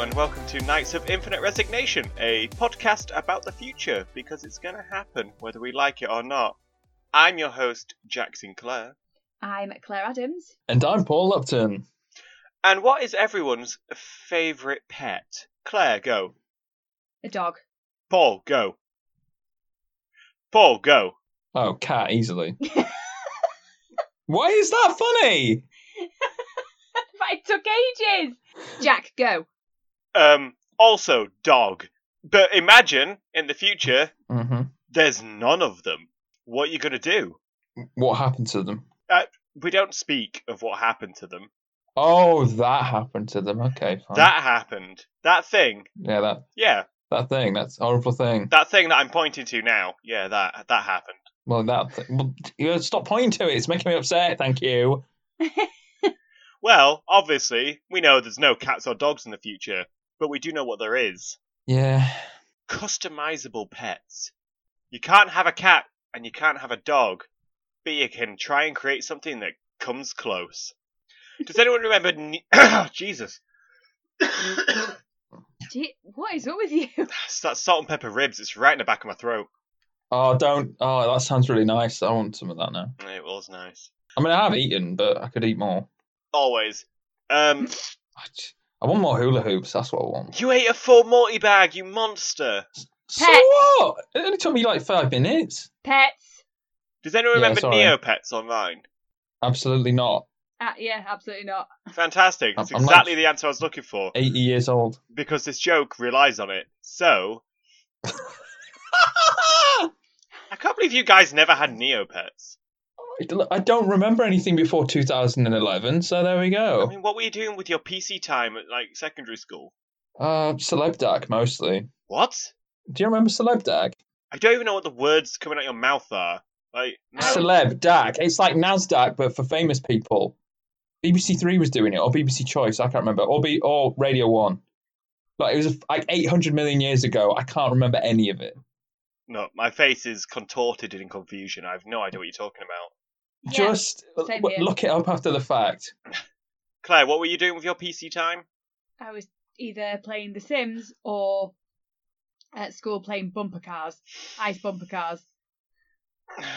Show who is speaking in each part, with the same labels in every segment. Speaker 1: and welcome to Knights of Infinite Resignation, a podcast about the future because it's going to happen whether we like it or not. I'm your host, Jack Sinclair.
Speaker 2: I'm Claire Adams.
Speaker 3: And I'm Paul Upton.
Speaker 1: And what is everyone's favourite pet? Claire, go.
Speaker 2: A dog.
Speaker 1: Paul, go. Paul, go.
Speaker 3: Oh, cat easily. Why is that funny?
Speaker 2: But it took ages. Jack, go.
Speaker 1: Um, also, dog. But imagine in the future
Speaker 3: hmm
Speaker 1: there's none of them. What are you going to do?
Speaker 3: What happened to them?
Speaker 1: We don't speak of what happened to them.
Speaker 3: Oh, that happened to them. Okay, fine.
Speaker 1: That happened. That thing.
Speaker 3: yeah, that
Speaker 1: Yeah,
Speaker 3: that thing. That's a horrible thing.
Speaker 1: that thing that I'm pointing to now. Yeah, that that happened.
Speaker 3: well, that. Th- well, you stop pointing to it. It's making me upset. Thank you.
Speaker 1: Well, obviously, we know there's no cats or dogs in the future, but we do know what there is.
Speaker 3: Yeah.
Speaker 1: Customizable pets. You can't have a cat and you can't have a dog, but you can try and create something that comes close. Does anyone remember Ni- Jesus? That's
Speaker 2: Gee, what is up with you?
Speaker 1: that salt and pepper ribs. It's right in the back of my throat.
Speaker 3: Oh, don't. Oh, that sounds really nice. I want some of that now.
Speaker 1: It was nice.
Speaker 3: I mean, I have eaten, but I could eat more.
Speaker 1: Always. Um,
Speaker 3: I, j- I want more hula hoops. That's what I want.
Speaker 1: you ate a full multi bag, you monster.
Speaker 3: So
Speaker 2: Pets.
Speaker 3: what? It only took me like five minutes.
Speaker 2: Pets.
Speaker 1: Does anyone
Speaker 3: Yeah,
Speaker 1: remember
Speaker 3: sorry.
Speaker 1: Neopets online?
Speaker 3: Absolutely not.
Speaker 2: Ah, yeah, absolutely not.
Speaker 1: Fantastic. That's
Speaker 3: I'm- I'm not-
Speaker 1: exactly the answer I was looking for.
Speaker 3: 80 years old.
Speaker 1: because this joke relies on it. So I can't believe you guys never had Neopets.
Speaker 3: I don't remember anything before 2011, so there we
Speaker 1: I
Speaker 3: go.
Speaker 1: mean, what were you doing with your PC time at like secondary school?
Speaker 3: Uh, Celebdac mostly.
Speaker 1: What?
Speaker 3: Do you remember Celebdac?
Speaker 1: I don't even know what the words coming out your mouth are. Like, no.
Speaker 2: Oh. Cele-
Speaker 3: Celebdac. It's like Nasdaq, but for famous people. BBC Three was doing it, or BBC Choice. I can't remember, or B, or Radio One. Like it was like 800 million years ago. I can't remember any of it.
Speaker 1: no, my face is contorted in confusion. I have no idea what you're talking about.
Speaker 2: Yeah,
Speaker 3: Just
Speaker 2: same
Speaker 3: w-
Speaker 2: here.
Speaker 3: look it up after the fact.
Speaker 1: Claire, what were you doing with your PC time?
Speaker 2: I was either playing The Sims or at school playing bumper cars, ice bumper cars,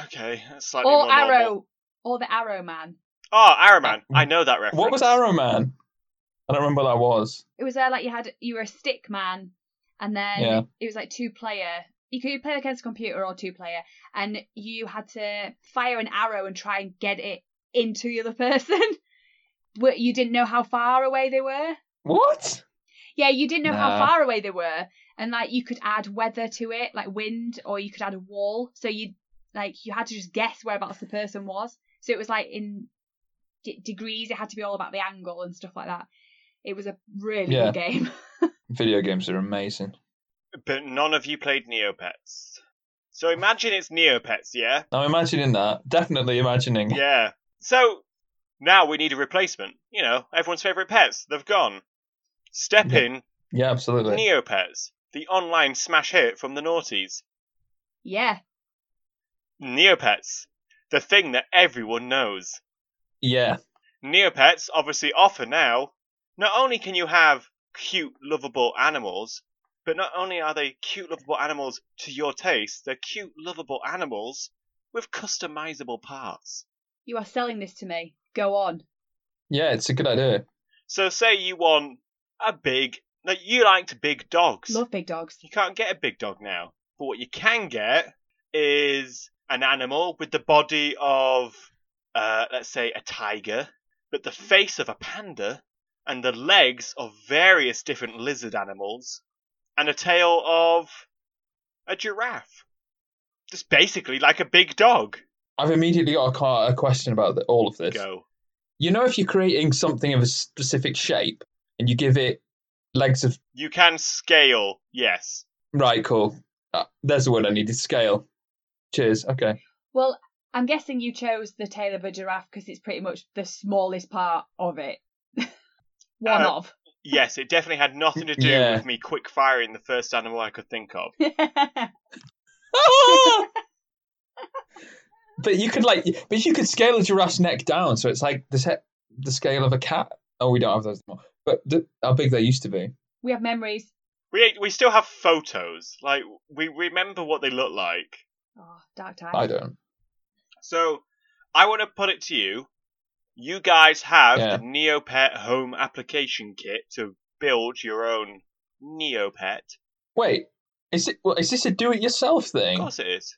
Speaker 1: Okay, that's slightly
Speaker 2: or
Speaker 1: more normal.
Speaker 2: Arrow, or the Arrow Man.
Speaker 1: Oh, Arrow Man. I know that reference.
Speaker 3: Uh, What was Arrow Man? I don't remember what that was.
Speaker 2: It was there like you had you were a stick man, and then
Speaker 3: Yeah.
Speaker 2: it was like two player. You could play against a computer or two player, and you had to fire an arrow and try and get it into the other person. But you didn't know how far away they were.
Speaker 3: What?
Speaker 2: Yeah, you didn't know how
Speaker 3: Nah.
Speaker 2: far away they were, and like you could add weather to it, like wind, or you could add a wall. So you like you had to just guess whereabouts the person was. So it was like in d- degrees. It had to be all about the angle and stuff like that. It was a really
Speaker 3: Yeah.
Speaker 2: good game.
Speaker 3: Video games are amazing.
Speaker 1: But none of you played Neopets. So imagine it's Neopets, yeah?
Speaker 3: I'm imagining that. Definitely imagining.
Speaker 1: Yeah. So now we need a replacement. You know, everyone's favourite pets. They've gone. Step
Speaker 3: Yeah.
Speaker 1: in
Speaker 3: Yeah, absolutely.
Speaker 1: Neopets, the online smash hit from the noughties.
Speaker 2: yeah,
Speaker 1: Neopets, the thing that everyone knows.
Speaker 3: Yeah.
Speaker 1: Neopets obviously offer now. Not only can you have cute, lovable animals, but not only are they cute, lovable animals to your taste, they're cute, lovable animals with customizable parts.
Speaker 2: you are selling this to me. Go on.
Speaker 3: Yeah, it's a good idea.
Speaker 1: So say you want a big like you liked big dogs.
Speaker 2: Love big dogs.
Speaker 1: You can't get a big dog now. But what you can get is an animal with the body of uh let's say a tiger, but the face of a panda and the legs of various different lizard animals and a tail of a giraffe. Just basically like a big dog.
Speaker 3: I've immediately got a, ca- a question about the, all of this.
Speaker 1: Go.
Speaker 3: You know, if you're creating something of a specific shape and you give it legs of.
Speaker 1: You can scale, yes.
Speaker 3: Right, cool. Uh, there's the word I needed scale. Cheers. Okay.
Speaker 2: Well, I'm guessing you chose the tail of a giraffe because it's pretty much the smallest part of it. One
Speaker 1: Uh,
Speaker 2: of.
Speaker 1: Yes, it definitely had nothing to do
Speaker 3: Yeah.
Speaker 1: with me quick firing the first animal I could think of.
Speaker 3: Ah! but you could, like. But you could scale a giraffe's neck down. So it's like the, se- the scale of a cat. Oh, we don't have those anymore. But the, how big they used to be.
Speaker 2: We have memories.
Speaker 1: We we still have photos. Like we remember what they look like.
Speaker 2: Oh, dark
Speaker 1: Ah.
Speaker 2: time.
Speaker 3: I don't.
Speaker 1: So I want to put it to you. You guys have
Speaker 3: Yeah.
Speaker 1: the Neopet home application kit to build your own Neopet.
Speaker 3: Wait, is it? Well, is this a do-it-yourself
Speaker 1: Of
Speaker 3: thing?
Speaker 1: course it is.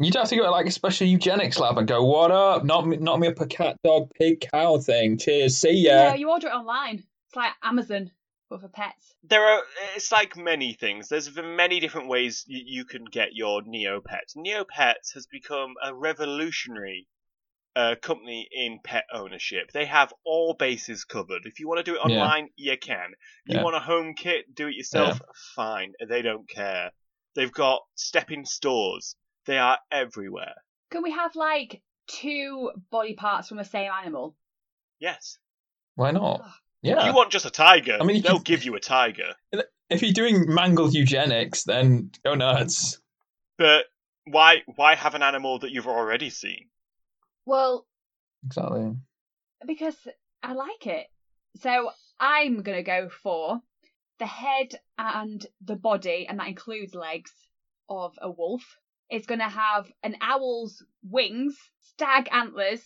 Speaker 3: You don't have to go to like a special eugenics lab and go, "What up? Not me, not me up a cat, dog, pig, cow thing." Cheers. See ya.
Speaker 2: No, you order it online. It's like Amazon, but for pets.
Speaker 1: There are. It's like many things. There's v- many different ways you, you can get your Neopet. Neopet has become a revolutionary uh, company in pet ownership. They have all bases covered. If you want to do it
Speaker 3: Yeah.
Speaker 1: online, you can. You
Speaker 3: Yeah.
Speaker 1: want a home kit, do it yourself. Fine. They don't care. They've got step-in stores. They are everywhere.
Speaker 2: Can we have like two body parts from the same animal?
Speaker 1: Yes.
Speaker 3: Why not? Yeah.
Speaker 1: You want just a tiger?
Speaker 3: I mean, you
Speaker 1: they'll
Speaker 3: could-
Speaker 1: give you a tiger.
Speaker 3: if you're doing mangled eugenics, then go nuts.
Speaker 1: But why? Why have an animal that you've already seen?
Speaker 2: Well,
Speaker 3: Exactly.
Speaker 2: because I like it. So I'm gonna go for the head and the body, and that includes legs of a wolf. It's gonna have an owl's wings, stag antlers,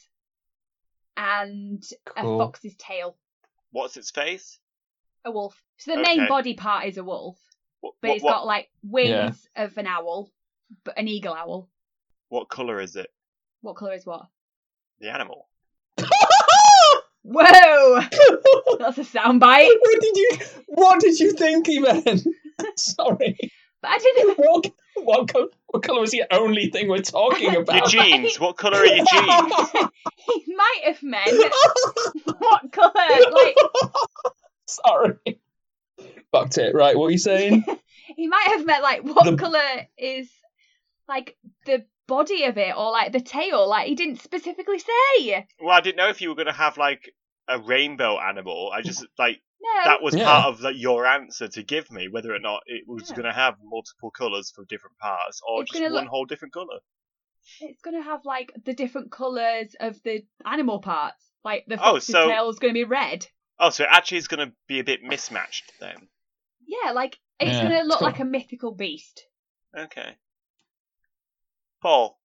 Speaker 2: and a fox's tail.
Speaker 1: What's its face?
Speaker 2: A wolf. So the main
Speaker 1: Okay.
Speaker 2: body part is a wolf,
Speaker 1: What,
Speaker 2: but
Speaker 1: what,
Speaker 2: it's
Speaker 1: what,
Speaker 2: got like wings of an owl, but an eagle owl.
Speaker 1: what color is it?
Speaker 2: What colour is what?
Speaker 1: The animal.
Speaker 2: Whoa! That's a soundbite.
Speaker 3: what did you? What did you think he meant? Sorry.
Speaker 2: But I didn't.
Speaker 3: What? What, co- what color is the only thing we're talking
Speaker 1: Your
Speaker 3: about?
Speaker 1: jeans. What color are your jeans?
Speaker 2: He might have meant what colour? Like
Speaker 3: Sorry. Fucked it. Right. What are you saying?
Speaker 2: he might have meant like what
Speaker 3: The-
Speaker 2: colour is like the body of it or like the tail. Like he didn't specifically say.
Speaker 1: Well, I didn't know if you were gonna have like a rainbow animal. I just like
Speaker 2: No.
Speaker 1: that was
Speaker 3: Yeah.
Speaker 1: part of like, your answer to give me whether or not it was
Speaker 2: Yeah.
Speaker 1: gonna have multiple colors for different parts or
Speaker 2: It's
Speaker 1: just
Speaker 2: gonna
Speaker 1: one
Speaker 2: look-
Speaker 1: whole different color.
Speaker 2: It's gonna have like the different colours of the animal parts. Like the
Speaker 1: Oh,
Speaker 2: fox's
Speaker 1: so-
Speaker 2: tail is gonna be red.
Speaker 1: Oh, so it actually is gonna be a bit mismatched then.
Speaker 2: Yeah, like it's
Speaker 3: Yeah,
Speaker 2: gonna
Speaker 3: it's
Speaker 2: look
Speaker 3: cool.
Speaker 2: like a mythical beast.
Speaker 1: Okay. Paul,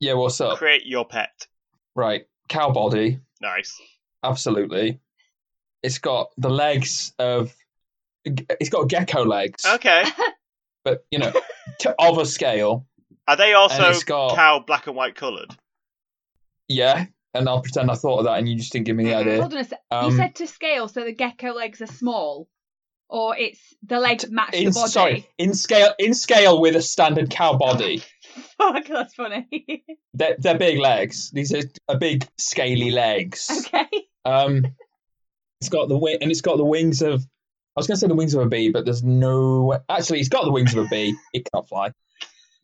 Speaker 3: yeah. What's up?
Speaker 1: create your pet.
Speaker 3: Right. Cow body.
Speaker 1: Nice.
Speaker 3: Absolutely. It's got the legs of. It's got gecko legs,
Speaker 1: Okay.
Speaker 3: but you know, to, of a scale.
Speaker 1: Are they
Speaker 3: and
Speaker 1: also
Speaker 3: it's got
Speaker 1: cow black and white coloured?
Speaker 3: yeah. And I'll pretend I thought of that, and you just didn't give me the idea.
Speaker 2: Hold on a sec.
Speaker 3: Um,
Speaker 2: you said to scale, so the gecko legs are small, or it's the legs match the
Speaker 3: in,
Speaker 2: body.
Speaker 3: sorry, in scale, in scale with a standard cow body.
Speaker 2: Fuck, that's funny.
Speaker 3: They're, they're big legs. These are are big scaly legs.
Speaker 2: okay.
Speaker 3: Um, it's got the wing, and it's got the wings of. I was going to say the wings of a bee, but there's no. Actually, it's got the wings of a bee. It can't fly.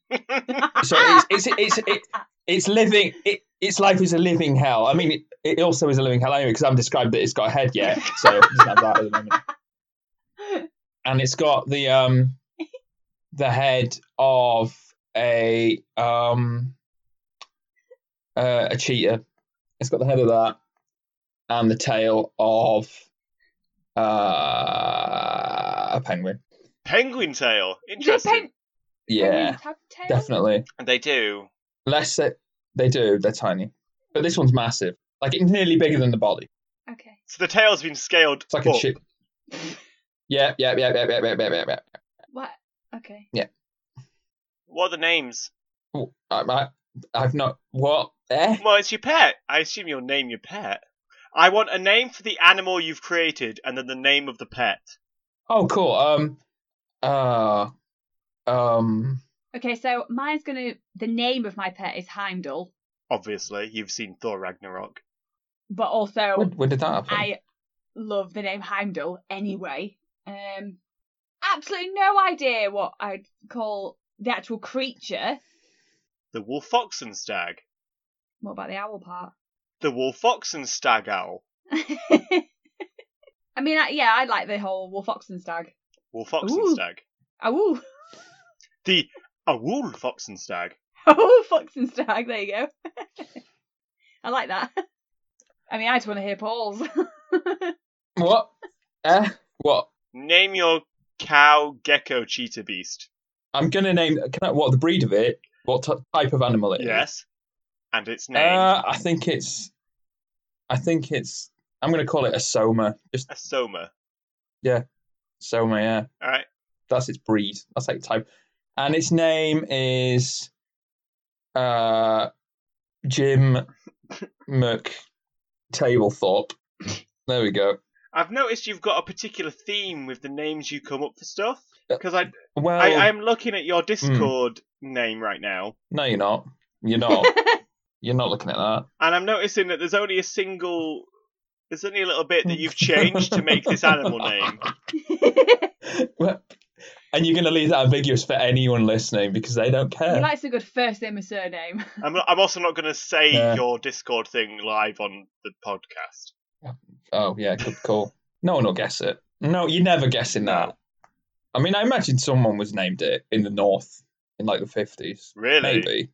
Speaker 3: So it's it's it's it, it's living. It, its life is a living hell. I mean, it, it also is a living hell anyway because I haven't described that it's got a head yet, so it doesn't have that at the moment. And it's got the um, the head of a um, uh, a cheetah. It's got the head of that, and the tail of uh, a penguin.
Speaker 1: Penguin tail.
Speaker 2: Is it
Speaker 1: Interesting.
Speaker 2: pen-
Speaker 3: Yeah,
Speaker 2: penguins have tails?
Speaker 3: definitely.
Speaker 1: They do.
Speaker 3: Less they, they do, they're tiny. But this one's massive. Like it's nearly bigger than the body.
Speaker 2: Okay.
Speaker 1: So the tail's been scaled.
Speaker 3: It's like a
Speaker 1: up.
Speaker 3: chip. Yeah, yeah, yeah, yeah, yeah, yeah, yeah, yeah, yeah.
Speaker 2: What? Okay.
Speaker 1: What are the names?
Speaker 3: Ooh, I, I, I've not what? Eh?
Speaker 1: Well, it's your pet. I assume you'll name your pet. I want a name for the animal you've created, and then the name of the pet.
Speaker 3: Oh, cool. Um, uh, um,
Speaker 2: Okay, so mine's gonna. The name of my pet is Heimdall,
Speaker 1: Obviously, you've seen Thor Ragnarok.
Speaker 2: but also
Speaker 3: when, when did that happen?
Speaker 2: I love the name Heimdall anyway. Um, absolutely no idea what I'd call the actual creature.
Speaker 1: The wolf oxen stag.
Speaker 2: What about the owl part?
Speaker 1: The wolf oxen stag owl.
Speaker 2: I mean, I, yeah, I like the whole wolf oxen stag.
Speaker 1: Wolf oxen
Speaker 2: Ooh.
Speaker 1: stag.
Speaker 2: Oh,
Speaker 1: The a wolf oxen stag.
Speaker 2: oh, foxen stag. There you go. I like that. I mean, I just want to hear Paul's.
Speaker 3: What? Eh? What?
Speaker 1: Name your cow, gecko, cheetah, beast.
Speaker 3: I'm gonna name. Can I, what the breed of it? What t- type of animal it is?
Speaker 1: Yes. And its name.
Speaker 3: Uh, I think it's. I think it's. I'm gonna call it a soma. Just
Speaker 1: a soma.
Speaker 3: soma. Yeah,
Speaker 1: All right.
Speaker 3: that's its breed. That's like type. And its name is. Uh, Jim Mc Tablethorpe. There we go.
Speaker 1: I've noticed you've got a particular theme with the names you come up for stuff.
Speaker 3: Uh,
Speaker 1: Because I,
Speaker 3: Well,
Speaker 1: I, I'm looking at your Discord
Speaker 3: Hmm.
Speaker 1: name right now,
Speaker 3: no, you're not. You're not. you're not looking at that.
Speaker 1: and I'm noticing that there's only a single, there's only a little bit that you've changed to make this animal name.
Speaker 3: Well, and you're going to leave that ambiguous for anyone listening because they don't care.
Speaker 2: He likes a good first name and surname.
Speaker 1: I'm, not, I'm also not going to say
Speaker 3: Yeah.
Speaker 1: your Discord thing live on the podcast.
Speaker 3: oh, yeah, good call. No one will guess it. No, you're never guessing that. I mean, I imagine someone was named it in the North in like the 50s.
Speaker 1: Really,
Speaker 3: Maybe.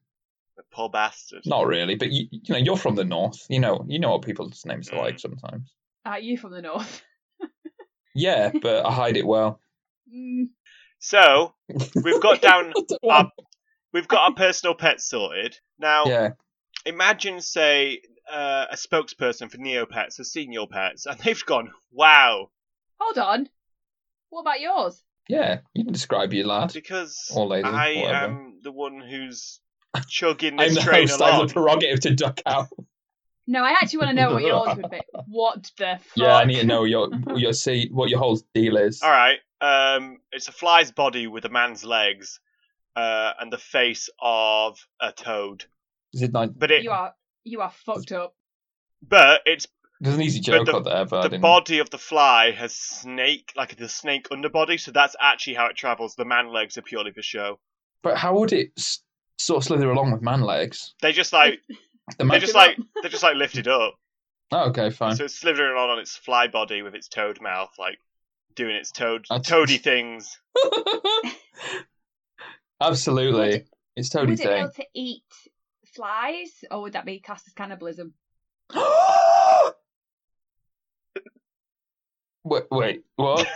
Speaker 1: the poor bastard.
Speaker 3: Not really, but you, you know, you're from the North. You know, you know what people's names are
Speaker 1: Mm.
Speaker 3: like sometimes.
Speaker 2: Are you from the north?
Speaker 3: Yeah, but I hide it well.
Speaker 2: Mm,
Speaker 1: So we've got down,
Speaker 3: Well,
Speaker 1: we've got our personal pets sorted. Now,
Speaker 3: yeah.
Speaker 1: imagine, say, uh, a spokesperson for Neopets or Senior Pets, and they've gone, "Wow,"
Speaker 2: hold on. What about yours?
Speaker 3: Yeah, you can describe your lad.
Speaker 1: because
Speaker 3: Or lady,
Speaker 1: I
Speaker 3: whatever.
Speaker 1: am the one who's chugging
Speaker 3: I'm
Speaker 1: this
Speaker 3: the
Speaker 1: train
Speaker 3: host. I have
Speaker 1: along.
Speaker 3: the prerogative to duck out.
Speaker 2: No, I actually want to know what yours would be. What the fuck?
Speaker 3: Yeah, I need to know your your see what your whole deal is.
Speaker 1: All right, um, it's a fly's body with a man's legs, uh, and the face of a toad.
Speaker 3: Is it like,
Speaker 1: But it,
Speaker 2: You are you are fucked up.
Speaker 1: but it's
Speaker 3: there's an easy joke
Speaker 1: the-
Speaker 3: out there, but I
Speaker 1: the
Speaker 3: didn't.
Speaker 1: body of the fly has snake, like the snake underbody. So that's actually how it travels. The man legs are purely for show.
Speaker 3: but how would it s- sort of slither along with man legs?
Speaker 1: They just like they
Speaker 3: The man-
Speaker 1: just
Speaker 2: it
Speaker 1: like
Speaker 2: up.
Speaker 1: they just like lifted up.
Speaker 3: oh, okay, fine.
Speaker 1: So it's slithering along on its fly body with its toad mouth, like doing its toad
Speaker 3: That's-
Speaker 1: toady things.
Speaker 3: Absolutely,
Speaker 2: Would
Speaker 3: it's
Speaker 2: Would
Speaker 3: Toadie
Speaker 2: it be
Speaker 3: thing.
Speaker 2: able to eat flies, or would that be classed as cannibalism?
Speaker 3: wait, wait, what?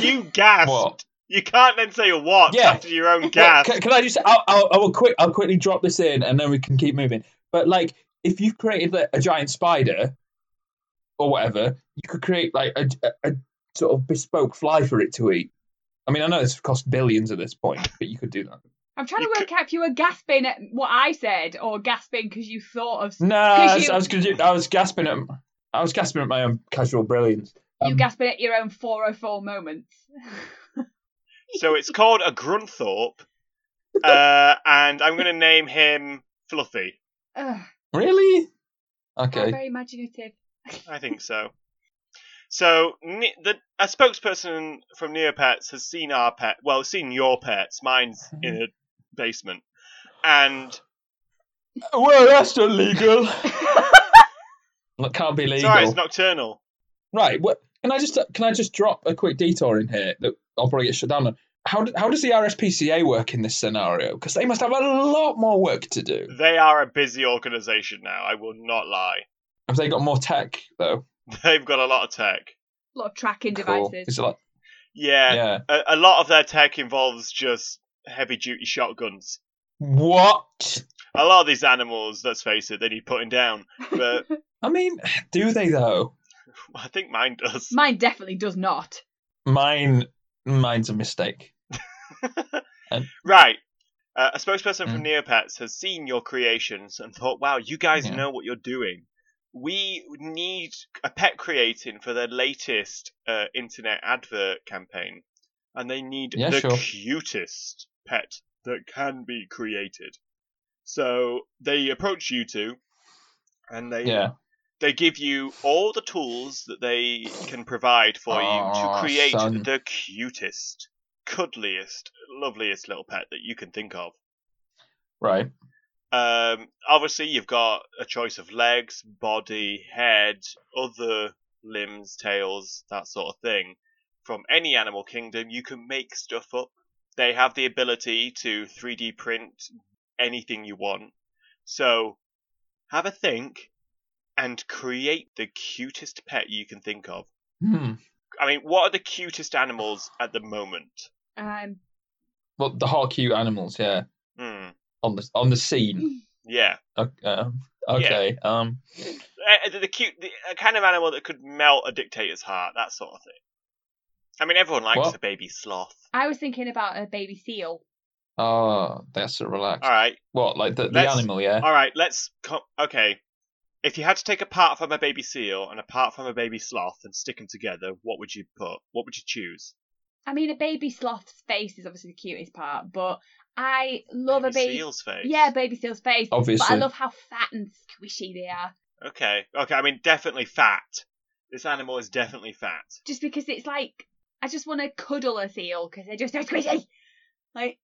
Speaker 1: You gasped.
Speaker 3: what?
Speaker 1: You can't then say a what
Speaker 3: Yeah.
Speaker 1: after your own
Speaker 3: Yeah,
Speaker 1: gasp.
Speaker 3: can, can I just? I'll, I'll, I will quick. I'll quickly drop this in, and then we can keep moving. But like, if you created like, a giant spider, or whatever, you could create like a, a, a sort of bespoke fly for it to eat. I mean, I know it's cost billions at this point, but you could do that.
Speaker 2: I'm trying
Speaker 1: You
Speaker 2: to work out if you were gasping at what I said, or gasping because you thought of
Speaker 3: No, I was,
Speaker 2: you-
Speaker 3: I was, gonna do- I was gasping at, I was gasping at my own casual brilliance.
Speaker 2: you
Speaker 3: Um,
Speaker 2: gasping at your own 404 moments.
Speaker 1: So it's called a Grunthorpe, uh, and I'm going to name him Fluffy.
Speaker 2: Ugh,
Speaker 3: really?
Speaker 2: How
Speaker 3: Okay.
Speaker 2: very imaginative.
Speaker 1: I think so. So ne- the, a spokesperson from Neopets has seen our pet, well, seen your pets. Mine's
Speaker 3: Mm-hmm.
Speaker 1: in a basement, and
Speaker 3: Well, that's illegal. Look, can't be legal.
Speaker 1: sorry, it's nocturnal.
Speaker 3: Right. What can I just uh, can I just drop a quick detour in here that I'll probably get shut down on? How do- how does the RSPCA work in this scenario? Because they must have a lot more work to do.
Speaker 1: They are a busy organisation now. I will not lie.
Speaker 3: Have they got more tech though?
Speaker 1: They've got a lot of tech.
Speaker 2: A lot of tracking
Speaker 3: Cool.
Speaker 2: devices.
Speaker 3: Is it like
Speaker 1: Yeah,
Speaker 3: yeah?
Speaker 1: A, a lot of their tech involves just heavy duty shotguns.
Speaker 3: What?
Speaker 1: A lot of these animals, let's face it, they need putting down. But
Speaker 3: I mean, do they though?
Speaker 1: I think mine does.
Speaker 2: Mine definitely does not.
Speaker 3: Mine mine's a mistake.
Speaker 1: Right. Uh, a spokesperson from Neopets has seen your creations and thought, wow, you guys
Speaker 3: Mm. Yeah.
Speaker 1: know what you're doing. We need a pet creating for their latest uh, internet advert campaign. And they need
Speaker 3: Yeah,
Speaker 1: the
Speaker 3: sure.
Speaker 1: cutest pet that can be created. So they approach you two and they
Speaker 3: Yeah.
Speaker 1: they give you all the tools that they can provide for you to
Speaker 3: Aw,
Speaker 1: create
Speaker 3: son.
Speaker 1: the cutest, cuddliest, loveliest little pet that you can think of.
Speaker 3: Right.
Speaker 1: Um, obviously, you've got a choice of legs, body, head, other limbs, tails, that sort of thing. From any animal kingdom, you can make stuff up. They have the ability to 3D print anything you want. So, have a think and create the cutest pet you can think of.
Speaker 3: Hmm.
Speaker 1: I mean, what are the cutest animals at the moment?
Speaker 2: Um,
Speaker 3: Well, the hot cute animals, yeah,
Speaker 1: Hmm.
Speaker 3: on the on the scene.
Speaker 1: Yeah.
Speaker 3: O- um, okay. Um.
Speaker 1: Uh, the, the cute, the a kind of animal that could melt a dictator's heart, that sort of thing. I mean, everyone likes
Speaker 3: What?
Speaker 1: a baby sloth.
Speaker 2: I was thinking about a baby seal.
Speaker 3: Oh, that's a relax.
Speaker 1: All right,
Speaker 3: What, like the, the
Speaker 1: Let's-
Speaker 3: animal? Yeah.
Speaker 1: all right. Let's co Okay, if you had to take a part from a baby seal and a part from a baby sloth and stick them together, what would you put? What would you choose?
Speaker 2: I mean, a baby sloth's face is obviously the cutest part, but I love
Speaker 1: baby
Speaker 2: a baby.
Speaker 1: seal's face.
Speaker 2: Yeah, baby seal's face. But I
Speaker 3: Obviously.
Speaker 2: love how fat and squishy they are.
Speaker 1: Okay. Okay. I mean, definitely fat. This animal is definitely fat.
Speaker 2: Just because it's like, I just want to cuddle a seal because they're just so squishy. Like,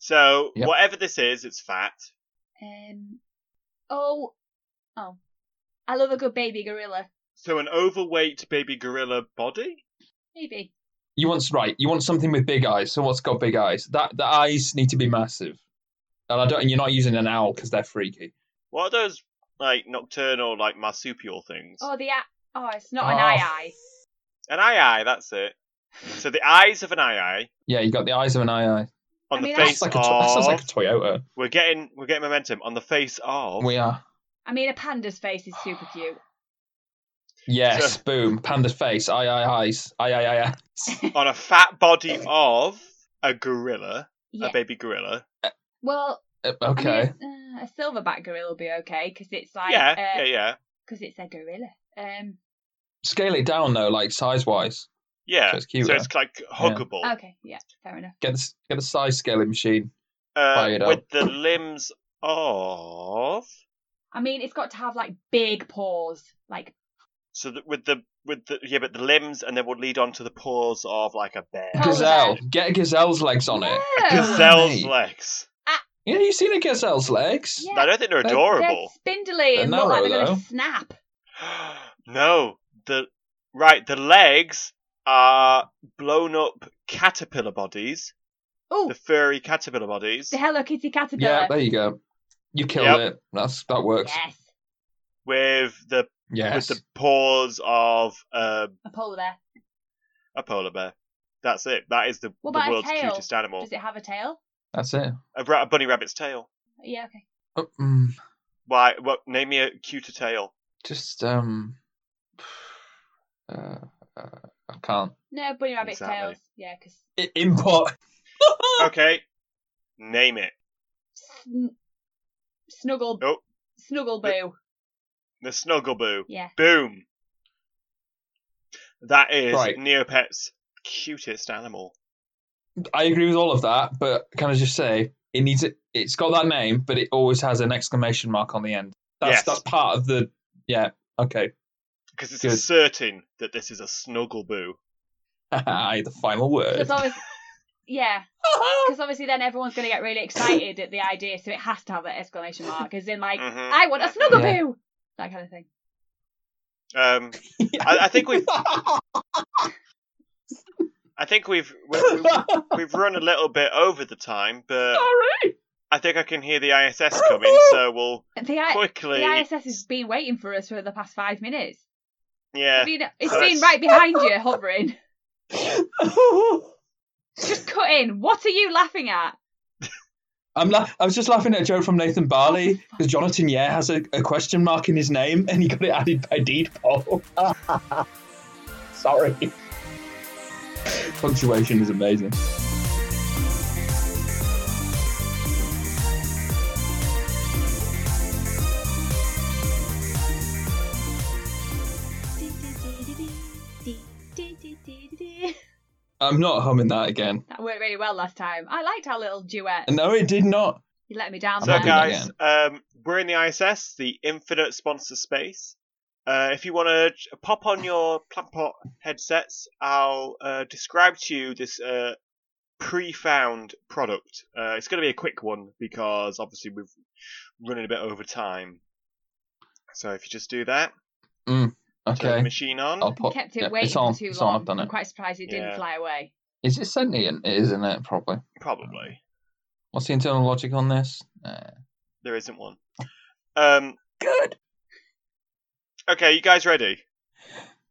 Speaker 1: So
Speaker 3: Yep.
Speaker 1: whatever this is, it's fat.
Speaker 2: um, oh, oh, I love a good baby gorilla.
Speaker 1: So an overweight baby gorilla body.
Speaker 2: Maybe.
Speaker 3: You want right? You want something with big eyes. So what's got big eyes? That the eyes need to be massive. And I don't. And you're not using an owl because they're freaky.
Speaker 1: What are those like nocturnal, like marsupial things?
Speaker 2: Oh, the a- oh, it's not an
Speaker 3: Oh.
Speaker 2: eye eye.
Speaker 1: An eye eye. That's it. So the eyes of an eye eye
Speaker 3: Yeah, you got the eyes of an eye. eye.
Speaker 1: on
Speaker 2: I
Speaker 1: the
Speaker 2: mean,
Speaker 1: face
Speaker 3: That's like a,
Speaker 1: of.
Speaker 3: to- that sounds like a Toyota.
Speaker 1: We're getting we're getting momentum on the face of.
Speaker 3: We are.
Speaker 2: I mean, a panda's face is super cute.
Speaker 3: Yes.
Speaker 1: So-
Speaker 3: Boom. Panda's face. Eye. Eye. Eyes. Eye. Eye. Eye. eyes.
Speaker 1: on a fat body of a gorilla,
Speaker 2: Yeah.
Speaker 1: a baby gorilla.
Speaker 2: well,
Speaker 3: Uh,
Speaker 2: I mean,
Speaker 3: okay.
Speaker 2: a- uh, a silverback gorilla will be okay because it's like,
Speaker 1: yeah,
Speaker 2: uh,
Speaker 1: yeah, yeah,
Speaker 2: because it's a gorilla. Um,
Speaker 3: Scale it down though, like size wise.
Speaker 1: yeah.
Speaker 3: So it's cuter.
Speaker 1: So it's like huggable
Speaker 3: Uh,
Speaker 2: okay, yeah, fair enough.
Speaker 3: Get the s- get the size scaling machine.
Speaker 1: uh,
Speaker 3: Fired
Speaker 1: with
Speaker 3: up.
Speaker 1: the limbs of.
Speaker 2: I mean, it's got to have like big paws, like
Speaker 1: So that with the with the yeah, but the limbs, and then we'll lead on to the paws of like a bear.
Speaker 2: Polar
Speaker 3: Gazelle.
Speaker 2: bear.
Speaker 3: Get a gazelle's legs on it.
Speaker 2: No!
Speaker 1: Gazelle's
Speaker 3: Mate.
Speaker 1: legs.
Speaker 3: Yeah, you seen a gazelle's legs?
Speaker 2: Yeah.
Speaker 1: I don't think they're
Speaker 3: They're-
Speaker 2: They're
Speaker 1: adorable.
Speaker 2: spindly
Speaker 3: They're
Speaker 2: and look like
Speaker 3: narrow,
Speaker 2: they're going
Speaker 3: though.
Speaker 2: to snap.
Speaker 1: no, the right the legs are blown up caterpillar bodies,
Speaker 2: Oh,
Speaker 1: the furry caterpillar bodies
Speaker 2: the Hello Kitty caterpillar.
Speaker 3: Yeah, there you go. You killed
Speaker 1: Yep.
Speaker 3: it. That's that works.
Speaker 2: yes,
Speaker 1: with the
Speaker 3: Yes.
Speaker 1: with the paws of a
Speaker 2: a polar bear.
Speaker 1: a polar bear. That's it. That is the,
Speaker 2: What
Speaker 1: the
Speaker 2: about a
Speaker 1: world's
Speaker 2: tail?
Speaker 1: cutest animal.
Speaker 2: Does it have a tail?
Speaker 3: That's it.
Speaker 1: A, ra- a bunny rabbit's tail.
Speaker 2: Yeah, okay.
Speaker 3: Uh, mm,
Speaker 1: Why? What? Name me a cuter tail.
Speaker 3: just um, uh, uh, I can't.
Speaker 2: No, bunny rabbit's
Speaker 1: Exactly.
Speaker 2: tails. Yeah, because
Speaker 3: I- import.
Speaker 1: Okay. Name it.
Speaker 2: sn- snuggle,
Speaker 1: Oh.
Speaker 2: snuggle boo.
Speaker 1: The Snuggleboo.
Speaker 2: Yeah.
Speaker 1: Boom. That is
Speaker 3: Right.
Speaker 1: Neopet's cutest animal.
Speaker 3: I agree with all of that, but can I just say it needs it? It's got that name, but it always has an exclamation mark on the end. That's
Speaker 1: Yes.
Speaker 3: that's part of the. Yeah. Okay.
Speaker 1: Because it's
Speaker 3: Good.
Speaker 1: certain that this is a Snuggleboo.
Speaker 3: Aye, the final word.
Speaker 2: Because obviously, yeah, because obviously, then everyone's going to get really excited at the idea, so it has to have that exclamation mark, as in like,
Speaker 1: Mhm.
Speaker 2: I want a snuggle boo, that kind of thing.
Speaker 1: Um, I- I think we've- I think we've we've, we've- we've run a little bit over the time, but
Speaker 3: Sorry.
Speaker 1: I think I can hear the ISS coming, so we'll
Speaker 2: The, I-
Speaker 1: quickly.
Speaker 2: the ISS has been waiting for us for the past five minutes.
Speaker 1: Yeah.
Speaker 2: I mean, it's
Speaker 1: Yes.
Speaker 2: been right behind you, hovering. Just cut in. What are you laughing at?
Speaker 3: I'm la- I was just laughing at a joke from Nathan Barley because Jonathan Yeh has a, a question mark in his name and he got it added by deed poll. Sorry. Punctuation is amazing.
Speaker 2: That
Speaker 3: I'm not humming that again.
Speaker 2: worked really well last time. I liked our little duet.
Speaker 3: No, it did not.
Speaker 2: You let me down
Speaker 3: I'm
Speaker 1: So,
Speaker 2: there.
Speaker 3: happy with
Speaker 1: guys, um, we're in the ISS, the infinite sponsor space. Uh, if you want to pop on your Plampot headsets, I'll uh, describe to you this uh, pre-found product. Uh, it's going to be a quick one because obviously we've running a bit over time. So if you just do that, turn the
Speaker 3: Okay. Oh.
Speaker 1: machine on.
Speaker 3: I'll pop.
Speaker 2: Kept it
Speaker 3: yeah,
Speaker 2: waiting
Speaker 3: it's on.
Speaker 2: for too
Speaker 3: it's
Speaker 2: long.
Speaker 3: on. I've done
Speaker 2: I'm
Speaker 3: it.
Speaker 2: quite surprised it didn't
Speaker 1: Yeah.
Speaker 2: fly away.
Speaker 3: Is it sentient? It is, isn't it? Probably.
Speaker 1: Probably
Speaker 3: What's the internal logic on this? Uh,
Speaker 1: there isn't one. Um,
Speaker 3: good.
Speaker 1: okay, you guys ready?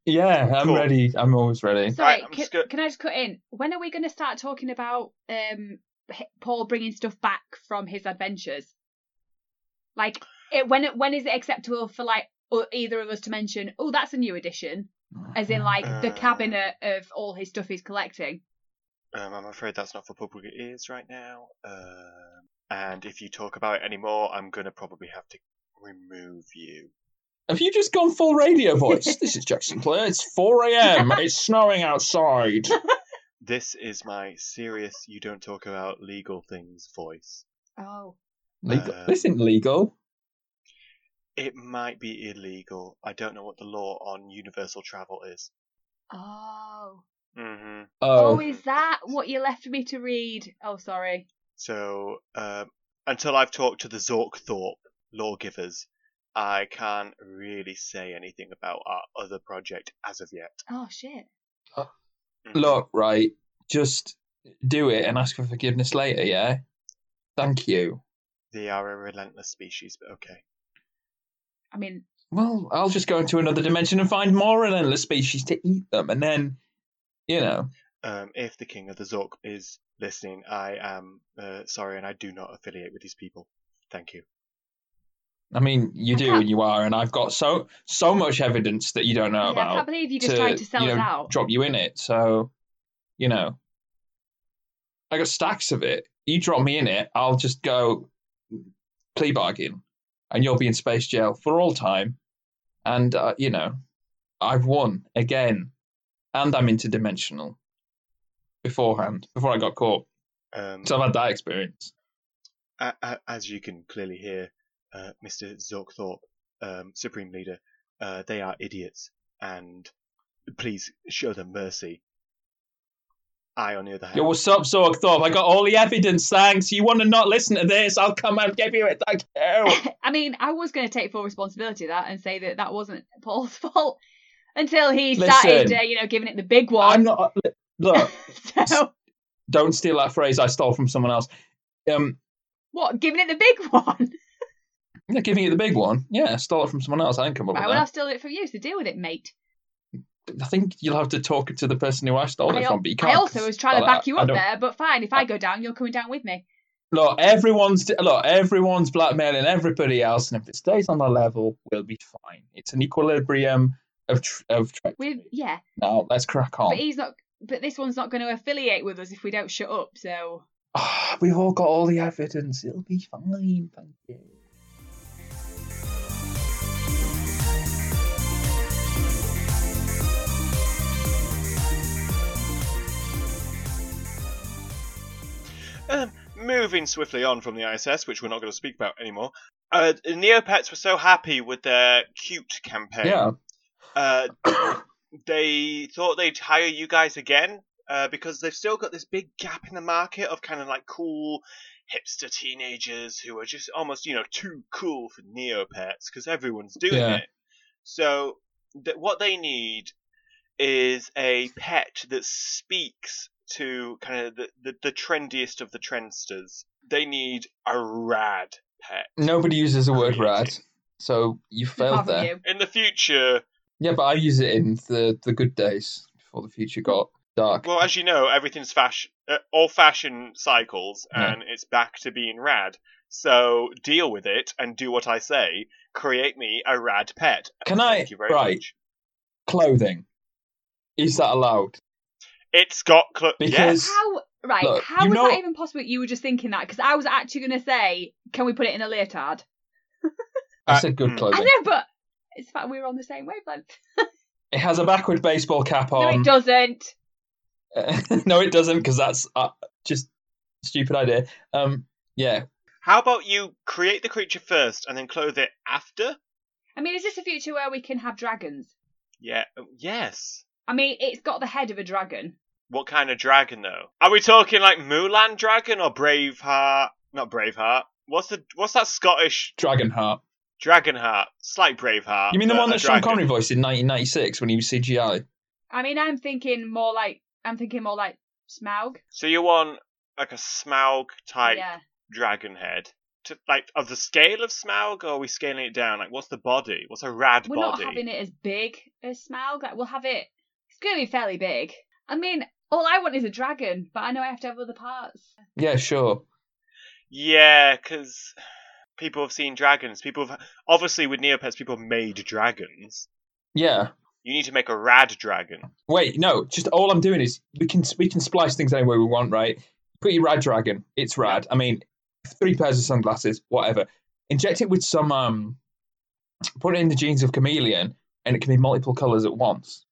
Speaker 3: Yeah, I'm
Speaker 1: Cool.
Speaker 3: ready. I'm always ready.
Speaker 2: Sorry,
Speaker 1: Right, I'm
Speaker 2: ca-
Speaker 1: just
Speaker 2: can,
Speaker 1: go-
Speaker 2: I just cut in? When are we going to start talking about um, H- Paul bringing stuff back from his adventures? Like, it, when it, when is it acceptable for like o- either of us to mention? Oh, that's a new addition, as in like the
Speaker 1: Uh.
Speaker 2: cabinet of all his stuff he's collecting.
Speaker 1: Um, I'm afraid that's not for public ears right now. Um, and if you talk about it anymore, I'm gonna probably have to remove you.
Speaker 3: Have you just gone full radio voice? this is Jackson Player. It's 4 a.m. it's snowing outside.
Speaker 1: This is my serious you don't talk about legal things voice.
Speaker 2: Oh,
Speaker 3: Legal.
Speaker 1: Um,
Speaker 3: this isn't legal.
Speaker 1: It might be illegal. I don't know what the law on universal travel is.
Speaker 2: oh,
Speaker 1: hmm
Speaker 2: oh,
Speaker 3: Oh,
Speaker 2: is that what you left me to read? Oh, sorry.
Speaker 1: So, um, until I've talked to the Zorkthorpe lawgivers, I can't really say anything about our other project as of yet.
Speaker 2: Oh shit.
Speaker 1: Mhm.
Speaker 3: look, right. Just do it and ask for forgiveness later, yeah? Thank you.
Speaker 1: They are a relentless species, but okay.
Speaker 2: I mean,
Speaker 3: Well, I'll just go into another dimension and find more relentless species to eat them, and then, you know.
Speaker 1: Um, if the King of the Zork is listening, I am uh, sorry, and I do not affiliate with these people. Thank you.
Speaker 3: I mean, you
Speaker 2: I
Speaker 3: do
Speaker 2: can't-
Speaker 3: and you are, and I've got so so much evidence that you don't know
Speaker 2: I mean, I can't
Speaker 3: about.
Speaker 2: believe you just
Speaker 3: Oh, to,
Speaker 2: tried to sell
Speaker 3: you
Speaker 2: us
Speaker 3: know,
Speaker 2: out.
Speaker 3: Drop you in it, so you know. I got stacks of it. You drop me in it, I'll just go plea bargain, and you'll be in space jail for all time. And uh, you know, I've won again, and I'm interdimensional. Beforehand, before I got caught,
Speaker 1: Um,
Speaker 3: so I've had that experience.
Speaker 1: a- a- as you can clearly hear, uh, Mr. Zorkthorpe, um, Supreme Leader, uh, they are idiots, and please show them mercy. I, on the other hand,
Speaker 3: Yo, what's up, Zorkthorpe? I got all the evidence, thanks. You want to not listen to this? I'll come and give you it, thank you.
Speaker 2: I mean, I was going to take full responsibility of that and say that that wasn't Paul's fault until he started,
Speaker 3: Listen.
Speaker 2: uh, you know, giving it the big
Speaker 3: I'm
Speaker 2: one.
Speaker 3: not. Look,
Speaker 2: so
Speaker 3: don't steal that phrase I stole from someone else. Um,
Speaker 2: what? Giving it the big one?
Speaker 3: yeah, giving you the big one. Yeah, I stole it from someone else. I didn't come up
Speaker 2: Right,
Speaker 3: with
Speaker 2: well, I'll
Speaker 3: that.
Speaker 2: steal it from you. So deal with it, mate.
Speaker 3: I think you'll have to talk to the person who I stole
Speaker 2: I
Speaker 3: it
Speaker 2: al-
Speaker 3: from, but you can't.
Speaker 2: I also
Speaker 3: 'cause-
Speaker 2: was trying to
Speaker 3: well, I-
Speaker 2: back you
Speaker 3: I
Speaker 2: up
Speaker 3: don't-
Speaker 2: there, but fine. If I go down, you're coming down with me.
Speaker 3: Look, everyone's look, everyone's blackmailing everybody else, and if it stays on the level, we'll be fine. It's an equilibrium of tr- of. Tre-
Speaker 2: With yeah,
Speaker 3: now let's crack on.
Speaker 2: but he's not. But this one's not going to affiliate with us if we don't shut up. So
Speaker 3: Ah, we've all got all the evidence. It'll be fine. Thank you.
Speaker 1: Um, moving swiftly on from the ISS, which we're not going to speak about anymore. Uh, the Neopets were so happy with their cute campaign.
Speaker 3: Yeah.
Speaker 1: Uh, they thought they'd hire you guys again uh, because they've still got this big gap in the market of kind of like cool hipster teenagers who are just almost you know too cool for neopets because everyone's doing
Speaker 3: Yeah.
Speaker 1: it so th- what they need is a pet that speaks to kind of the, the, the trendiest of the trendsters they need a rad pet
Speaker 3: Nobody uses the word
Speaker 1: Creative.
Speaker 3: rad, so you
Speaker 2: apart
Speaker 3: failed
Speaker 2: from
Speaker 3: there.
Speaker 2: you,
Speaker 1: in the future
Speaker 3: Yeah, but I use it in the the good days before the future got dark.
Speaker 1: Well, as you know, everything's fashion, uh, all fashion cycles,
Speaker 3: Yeah.
Speaker 1: and it's back to being rad. So deal with it and do what I say. Create me a rad pet.
Speaker 3: Can I
Speaker 1: Thank you very
Speaker 3: right
Speaker 1: much.
Speaker 3: clothing? Is that allowed?
Speaker 1: It's got cl-
Speaker 3: Because-
Speaker 1: yes.
Speaker 2: how? Right,
Speaker 3: Look,
Speaker 2: how
Speaker 3: you
Speaker 2: was
Speaker 3: know-
Speaker 2: that even possible? You were just thinking that because I was actually going to say, can we put it in a leotard?
Speaker 1: Uh,
Speaker 3: I said
Speaker 1: mm.
Speaker 3: good
Speaker 2: I
Speaker 3: clothing.
Speaker 2: know, but it's the fact we were on the same wavelength.
Speaker 3: It has a backward baseball cap
Speaker 2: no,
Speaker 3: on.
Speaker 2: it doesn't.
Speaker 3: no, it doesn't, because that's uh, just stupid idea. Um, yeah,
Speaker 1: How about you create the creature first and then clothe it after?
Speaker 2: I mean, is this a future where we can have dragons?
Speaker 1: Yeah. oh, Yes.
Speaker 2: I mean, it's got the head of a dragon.
Speaker 1: What kind of dragon though? Are we talking like Mulan dragon or Braveheart? Not Braveheart. What's the what's that Scottish
Speaker 3: Dragonheart.
Speaker 1: Dragonheart? It's like Braveheart.
Speaker 3: You mean the
Speaker 1: but
Speaker 3: one
Speaker 1: Uh, a
Speaker 3: that Sean
Speaker 1: dragon.
Speaker 3: Connery voiced in 1996 when he was CGI?
Speaker 2: I mean, I'm thinking more like I'm thinking more like Smaug.
Speaker 1: So you want like a Smaug type
Speaker 2: Yeah,
Speaker 1: dragon head to like of the scale of Smaug, or are we scaling it down? Like, what's the body? What's a rad
Speaker 2: We're
Speaker 1: body?
Speaker 2: not having it as big as Smaug. Like, we'll have it. It's going to be fairly big. I mean, all I want is a dragon, but I know I have to have other parts.
Speaker 3: Yeah, sure.
Speaker 1: Yeah, because people have seen dragons. People have obviously with Neopets, people have made dragons.
Speaker 3: Yeah.
Speaker 1: You need to make a rad dragon.
Speaker 3: Wait, no. Just all I'm doing is we can we can splice things any way we want, right? Put your rad dragon. It's rad. I mean, three pairs of sunglasses, whatever. Inject it with some um, put it in the genes of chameleon, and it can be multiple colors at once.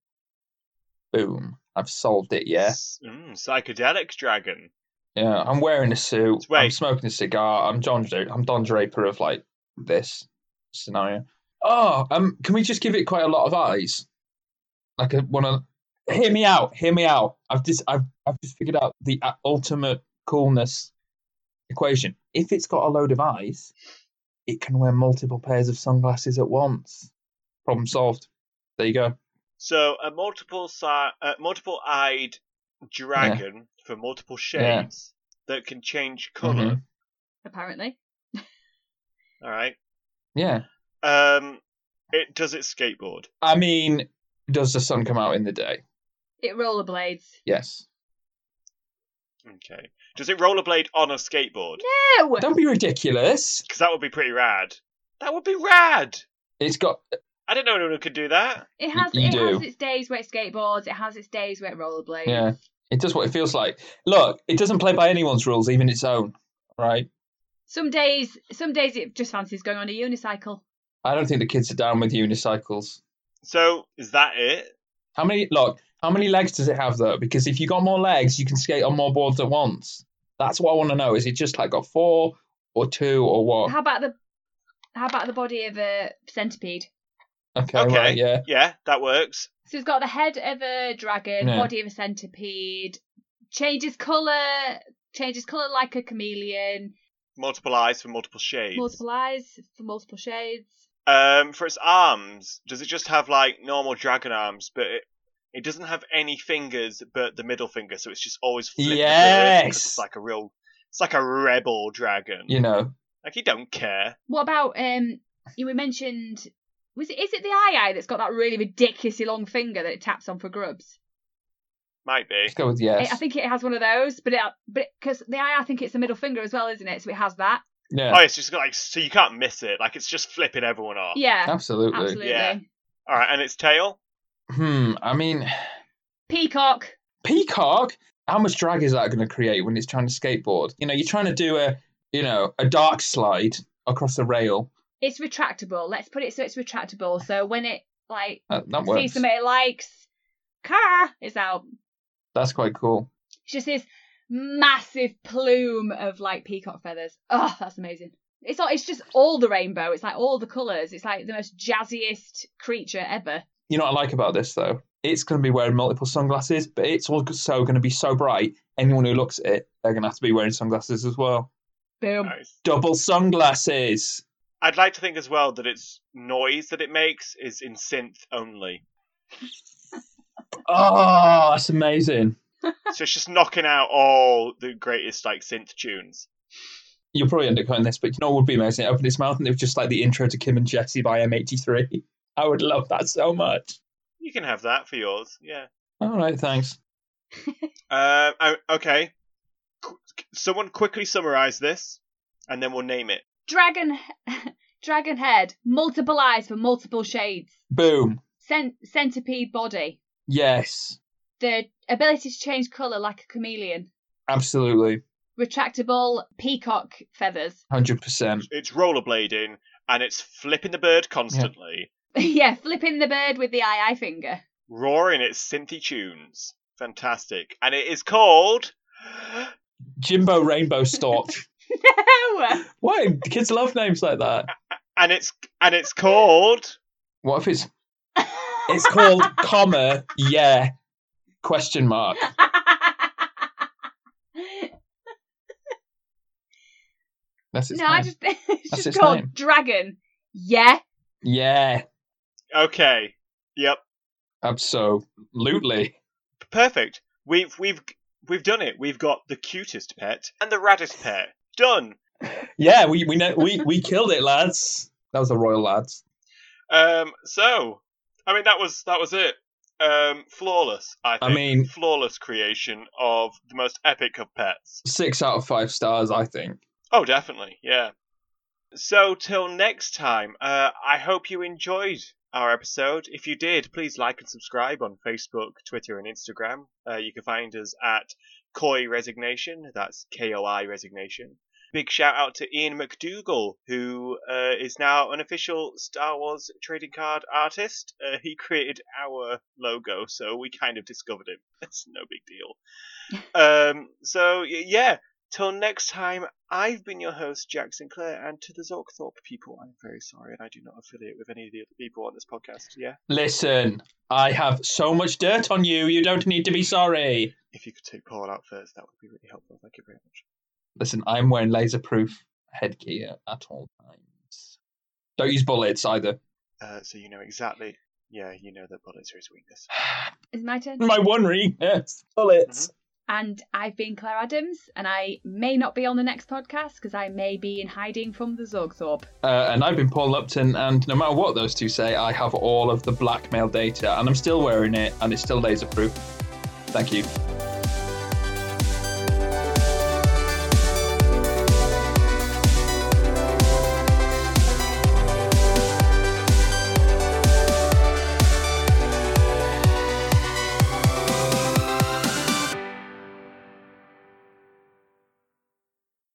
Speaker 3: Boom! I've solved it. Yeah,
Speaker 1: S- Mm, psychedelic dragon.
Speaker 3: yeah. I'm wearing a suit. I'm
Speaker 1: Wait.
Speaker 3: smoking a cigar. I'm John. Dra- I'm Don Draper of like this scenario. Oh, um, can we just give it quite a lot of eyes? Like a one of. Hear me out. Hear me out. I've just I've I've just figured out the uh, ultimate coolness equation. If it's got a load of eyes, it can wear multiple pairs of sunglasses at once. Problem solved. There you go.
Speaker 1: So a multiple si- uh, multiple eyed dragon for multiple
Speaker 3: Yeah.
Speaker 1: shades that can change color.
Speaker 2: Apparently,
Speaker 3: Mm-hmm.
Speaker 1: All right.
Speaker 3: Yeah.
Speaker 1: Um, it does it skateboard.
Speaker 3: I mean, does the sun come out in the day?
Speaker 2: it rollerblades.
Speaker 3: Yes.
Speaker 1: Okay. Does it rollerblade on a skateboard?
Speaker 2: No,
Speaker 3: Don't be ridiculous.
Speaker 1: Because that would be pretty rad. That would be rad.
Speaker 3: It's got
Speaker 1: I didn't know anyone who could do that.
Speaker 2: it has
Speaker 3: you
Speaker 2: it
Speaker 3: do.
Speaker 2: has its days where it skateboards. It has its days where it rollerblades.
Speaker 3: yeah. It does what it feels like. Look, it doesn't play by anyone's rules, even its own. Right?
Speaker 2: Some days, some days it just fancies going on a unicycle.
Speaker 3: I don't think the kids are down with unicycles.
Speaker 1: So is that it?
Speaker 3: How many? Look, how many legs does it have though? Because if you got more legs, you can skate on more boards at once. That's what I want to know. Is it just like got four or two or what?
Speaker 2: How about the how about the body of a centipede?
Speaker 3: okay.
Speaker 1: Okay.
Speaker 3: Right, yeah.
Speaker 1: Yeah, that works.
Speaker 2: So it's got the head of a dragon,
Speaker 3: Yeah.
Speaker 2: body of a centipede, changes color, changes color like a chameleon,
Speaker 1: Multiple eyes for multiple shades.
Speaker 2: multiple eyes for multiple shades.
Speaker 1: Um, for its arms, does it just have like normal dragon arms, but it, it doesn't have any fingers but the middle finger, so it's just always flipped. the bird 'cause
Speaker 3: Yes.
Speaker 1: it's like a real, it's like a rebel dragon.
Speaker 3: You know.
Speaker 1: Like you don't care.
Speaker 2: What about um? You were mentioned. Was it is it the eye eye that's got that really ridiculously long finger that it taps on for grubs?
Speaker 1: Might be.
Speaker 3: Let's go with
Speaker 2: I-
Speaker 3: yes.
Speaker 2: I think it has one of those, but it, but because the eye, I think it's the middle finger as well, isn't it? So it has that.
Speaker 3: yeah.
Speaker 1: Oh, it's just got like so you can't miss it. Like it's just flipping everyone off.
Speaker 2: Yeah,
Speaker 3: absolutely.
Speaker 2: absolutely.
Speaker 1: Yeah. All right, and its tail.
Speaker 3: Hmm. I mean,
Speaker 2: Peacock.
Speaker 3: peacock. How much drag is that going to create when it's trying to skateboard? You know, you're trying to do a, you know, a dark slide across a rail.
Speaker 2: It's retractable. Let's put it so it's retractable. So when it like
Speaker 3: That, that
Speaker 2: sees
Speaker 3: works.
Speaker 2: something it likes, car it's out.
Speaker 3: That's quite cool.
Speaker 2: It's just this massive plume of like peacock feathers. Oh, that's amazing. It's all, it's just all the rainbow. It's like all the colours. It's like the most jazziest creature ever.
Speaker 3: You know what I like about this though? It's going to be wearing multiple sunglasses, but it's also going to be so bright. Anyone who looks at it, they're going to have to be wearing sunglasses as well.
Speaker 2: Boom.
Speaker 1: Nice.
Speaker 3: Double sunglasses.
Speaker 1: I'd like to think as well that its noise that it makes is in synth only,
Speaker 3: Oh, that's amazing.
Speaker 1: so it's just knocking out all the greatest like synth tunes.
Speaker 3: You'll probably end up cutting this, but you know what would be amazing? It opened its mouth and it was just like the intro to Kim and Jesse by M83. I would love that so much.
Speaker 1: You can have that for yours. Yeah.
Speaker 3: All right, thanks.
Speaker 1: Uh, I- okay. Qu- someone quickly summarize this, and then we'll name it.
Speaker 2: Dragon, dragon head. Multiple eyes for multiple shades.
Speaker 3: Boom.
Speaker 2: Cent- centipede body.
Speaker 3: Yes,
Speaker 2: The ability to change colour like a chameleon.
Speaker 3: absolutely.
Speaker 2: Retractable peacock feathers.
Speaker 3: 100%.
Speaker 1: It's rollerblading, and it's flipping the bird constantly,
Speaker 2: yeah, flipping the bird with the eye eye finger.
Speaker 1: roaring its synthy tunes. Fantastic. And it is called.
Speaker 3: Jimbo Rainbow Storch.
Speaker 2: No!
Speaker 3: Why? Kids love names like that.
Speaker 1: And it's and it's called.
Speaker 3: What if it's It's called comma yeah question mark. That's its
Speaker 2: no,
Speaker 3: name.
Speaker 2: I just it's
Speaker 3: That's
Speaker 2: just
Speaker 3: its
Speaker 2: called
Speaker 3: name.
Speaker 2: Dragon. Yeah.
Speaker 3: Yeah,
Speaker 1: Okay. Yep.
Speaker 3: absolutely.
Speaker 1: Perfect. We've we've we've done it. We've got the cutest pet and the raddest pet. Done.
Speaker 3: Yeah, we we know, we we killed it, lads. That was the royal lads.
Speaker 1: Um, so, I mean, that was that was it. Um, flawless. I,
Speaker 3: I
Speaker 1: think.
Speaker 3: mean-
Speaker 1: flawless creation of the most epic of pets.
Speaker 3: Six out of five stars, I think.
Speaker 1: Oh, definitely, yeah. So till next time, uh, I hope you enjoyed our episode. If you did, please like and subscribe on Facebook, Twitter, and Instagram. Uh, you can find us at Koi Resignation. That's K O I Resignation. Big shout out to Ian McDougall, who uh, is now an official Star Wars trading card artist. Uh, he created our logo, so we kind of discovered him. It's no big deal. um, so y- yeah, till next time. I've been your host, Jack Sinclair, and to the Zorkthorpe people, I'm very sorry, and I do not affiliate with any of the other people on this podcast. Yeah,
Speaker 3: Listen, I have so much dirt on you. You don't need to be sorry.
Speaker 1: if you could take Paul out first, that would be really helpful. Thank you very much.
Speaker 3: Listen, I'm wearing laser-proof headgear at all times. Don't use bullets either.
Speaker 1: Uh, so you know exactly. Yeah, you know that bullets are his weakness.
Speaker 2: It's my turn.
Speaker 3: My one yes, bullets.
Speaker 2: And I've been Claire Adams, and I may not be on the next podcast because I may be in hiding from the Zorgthorpe.
Speaker 3: Uh, and I've been Paul Upton, and no matter what those two say, I have all of the blackmail data, and I'm still wearing it, and it's still laser proof. Thank you.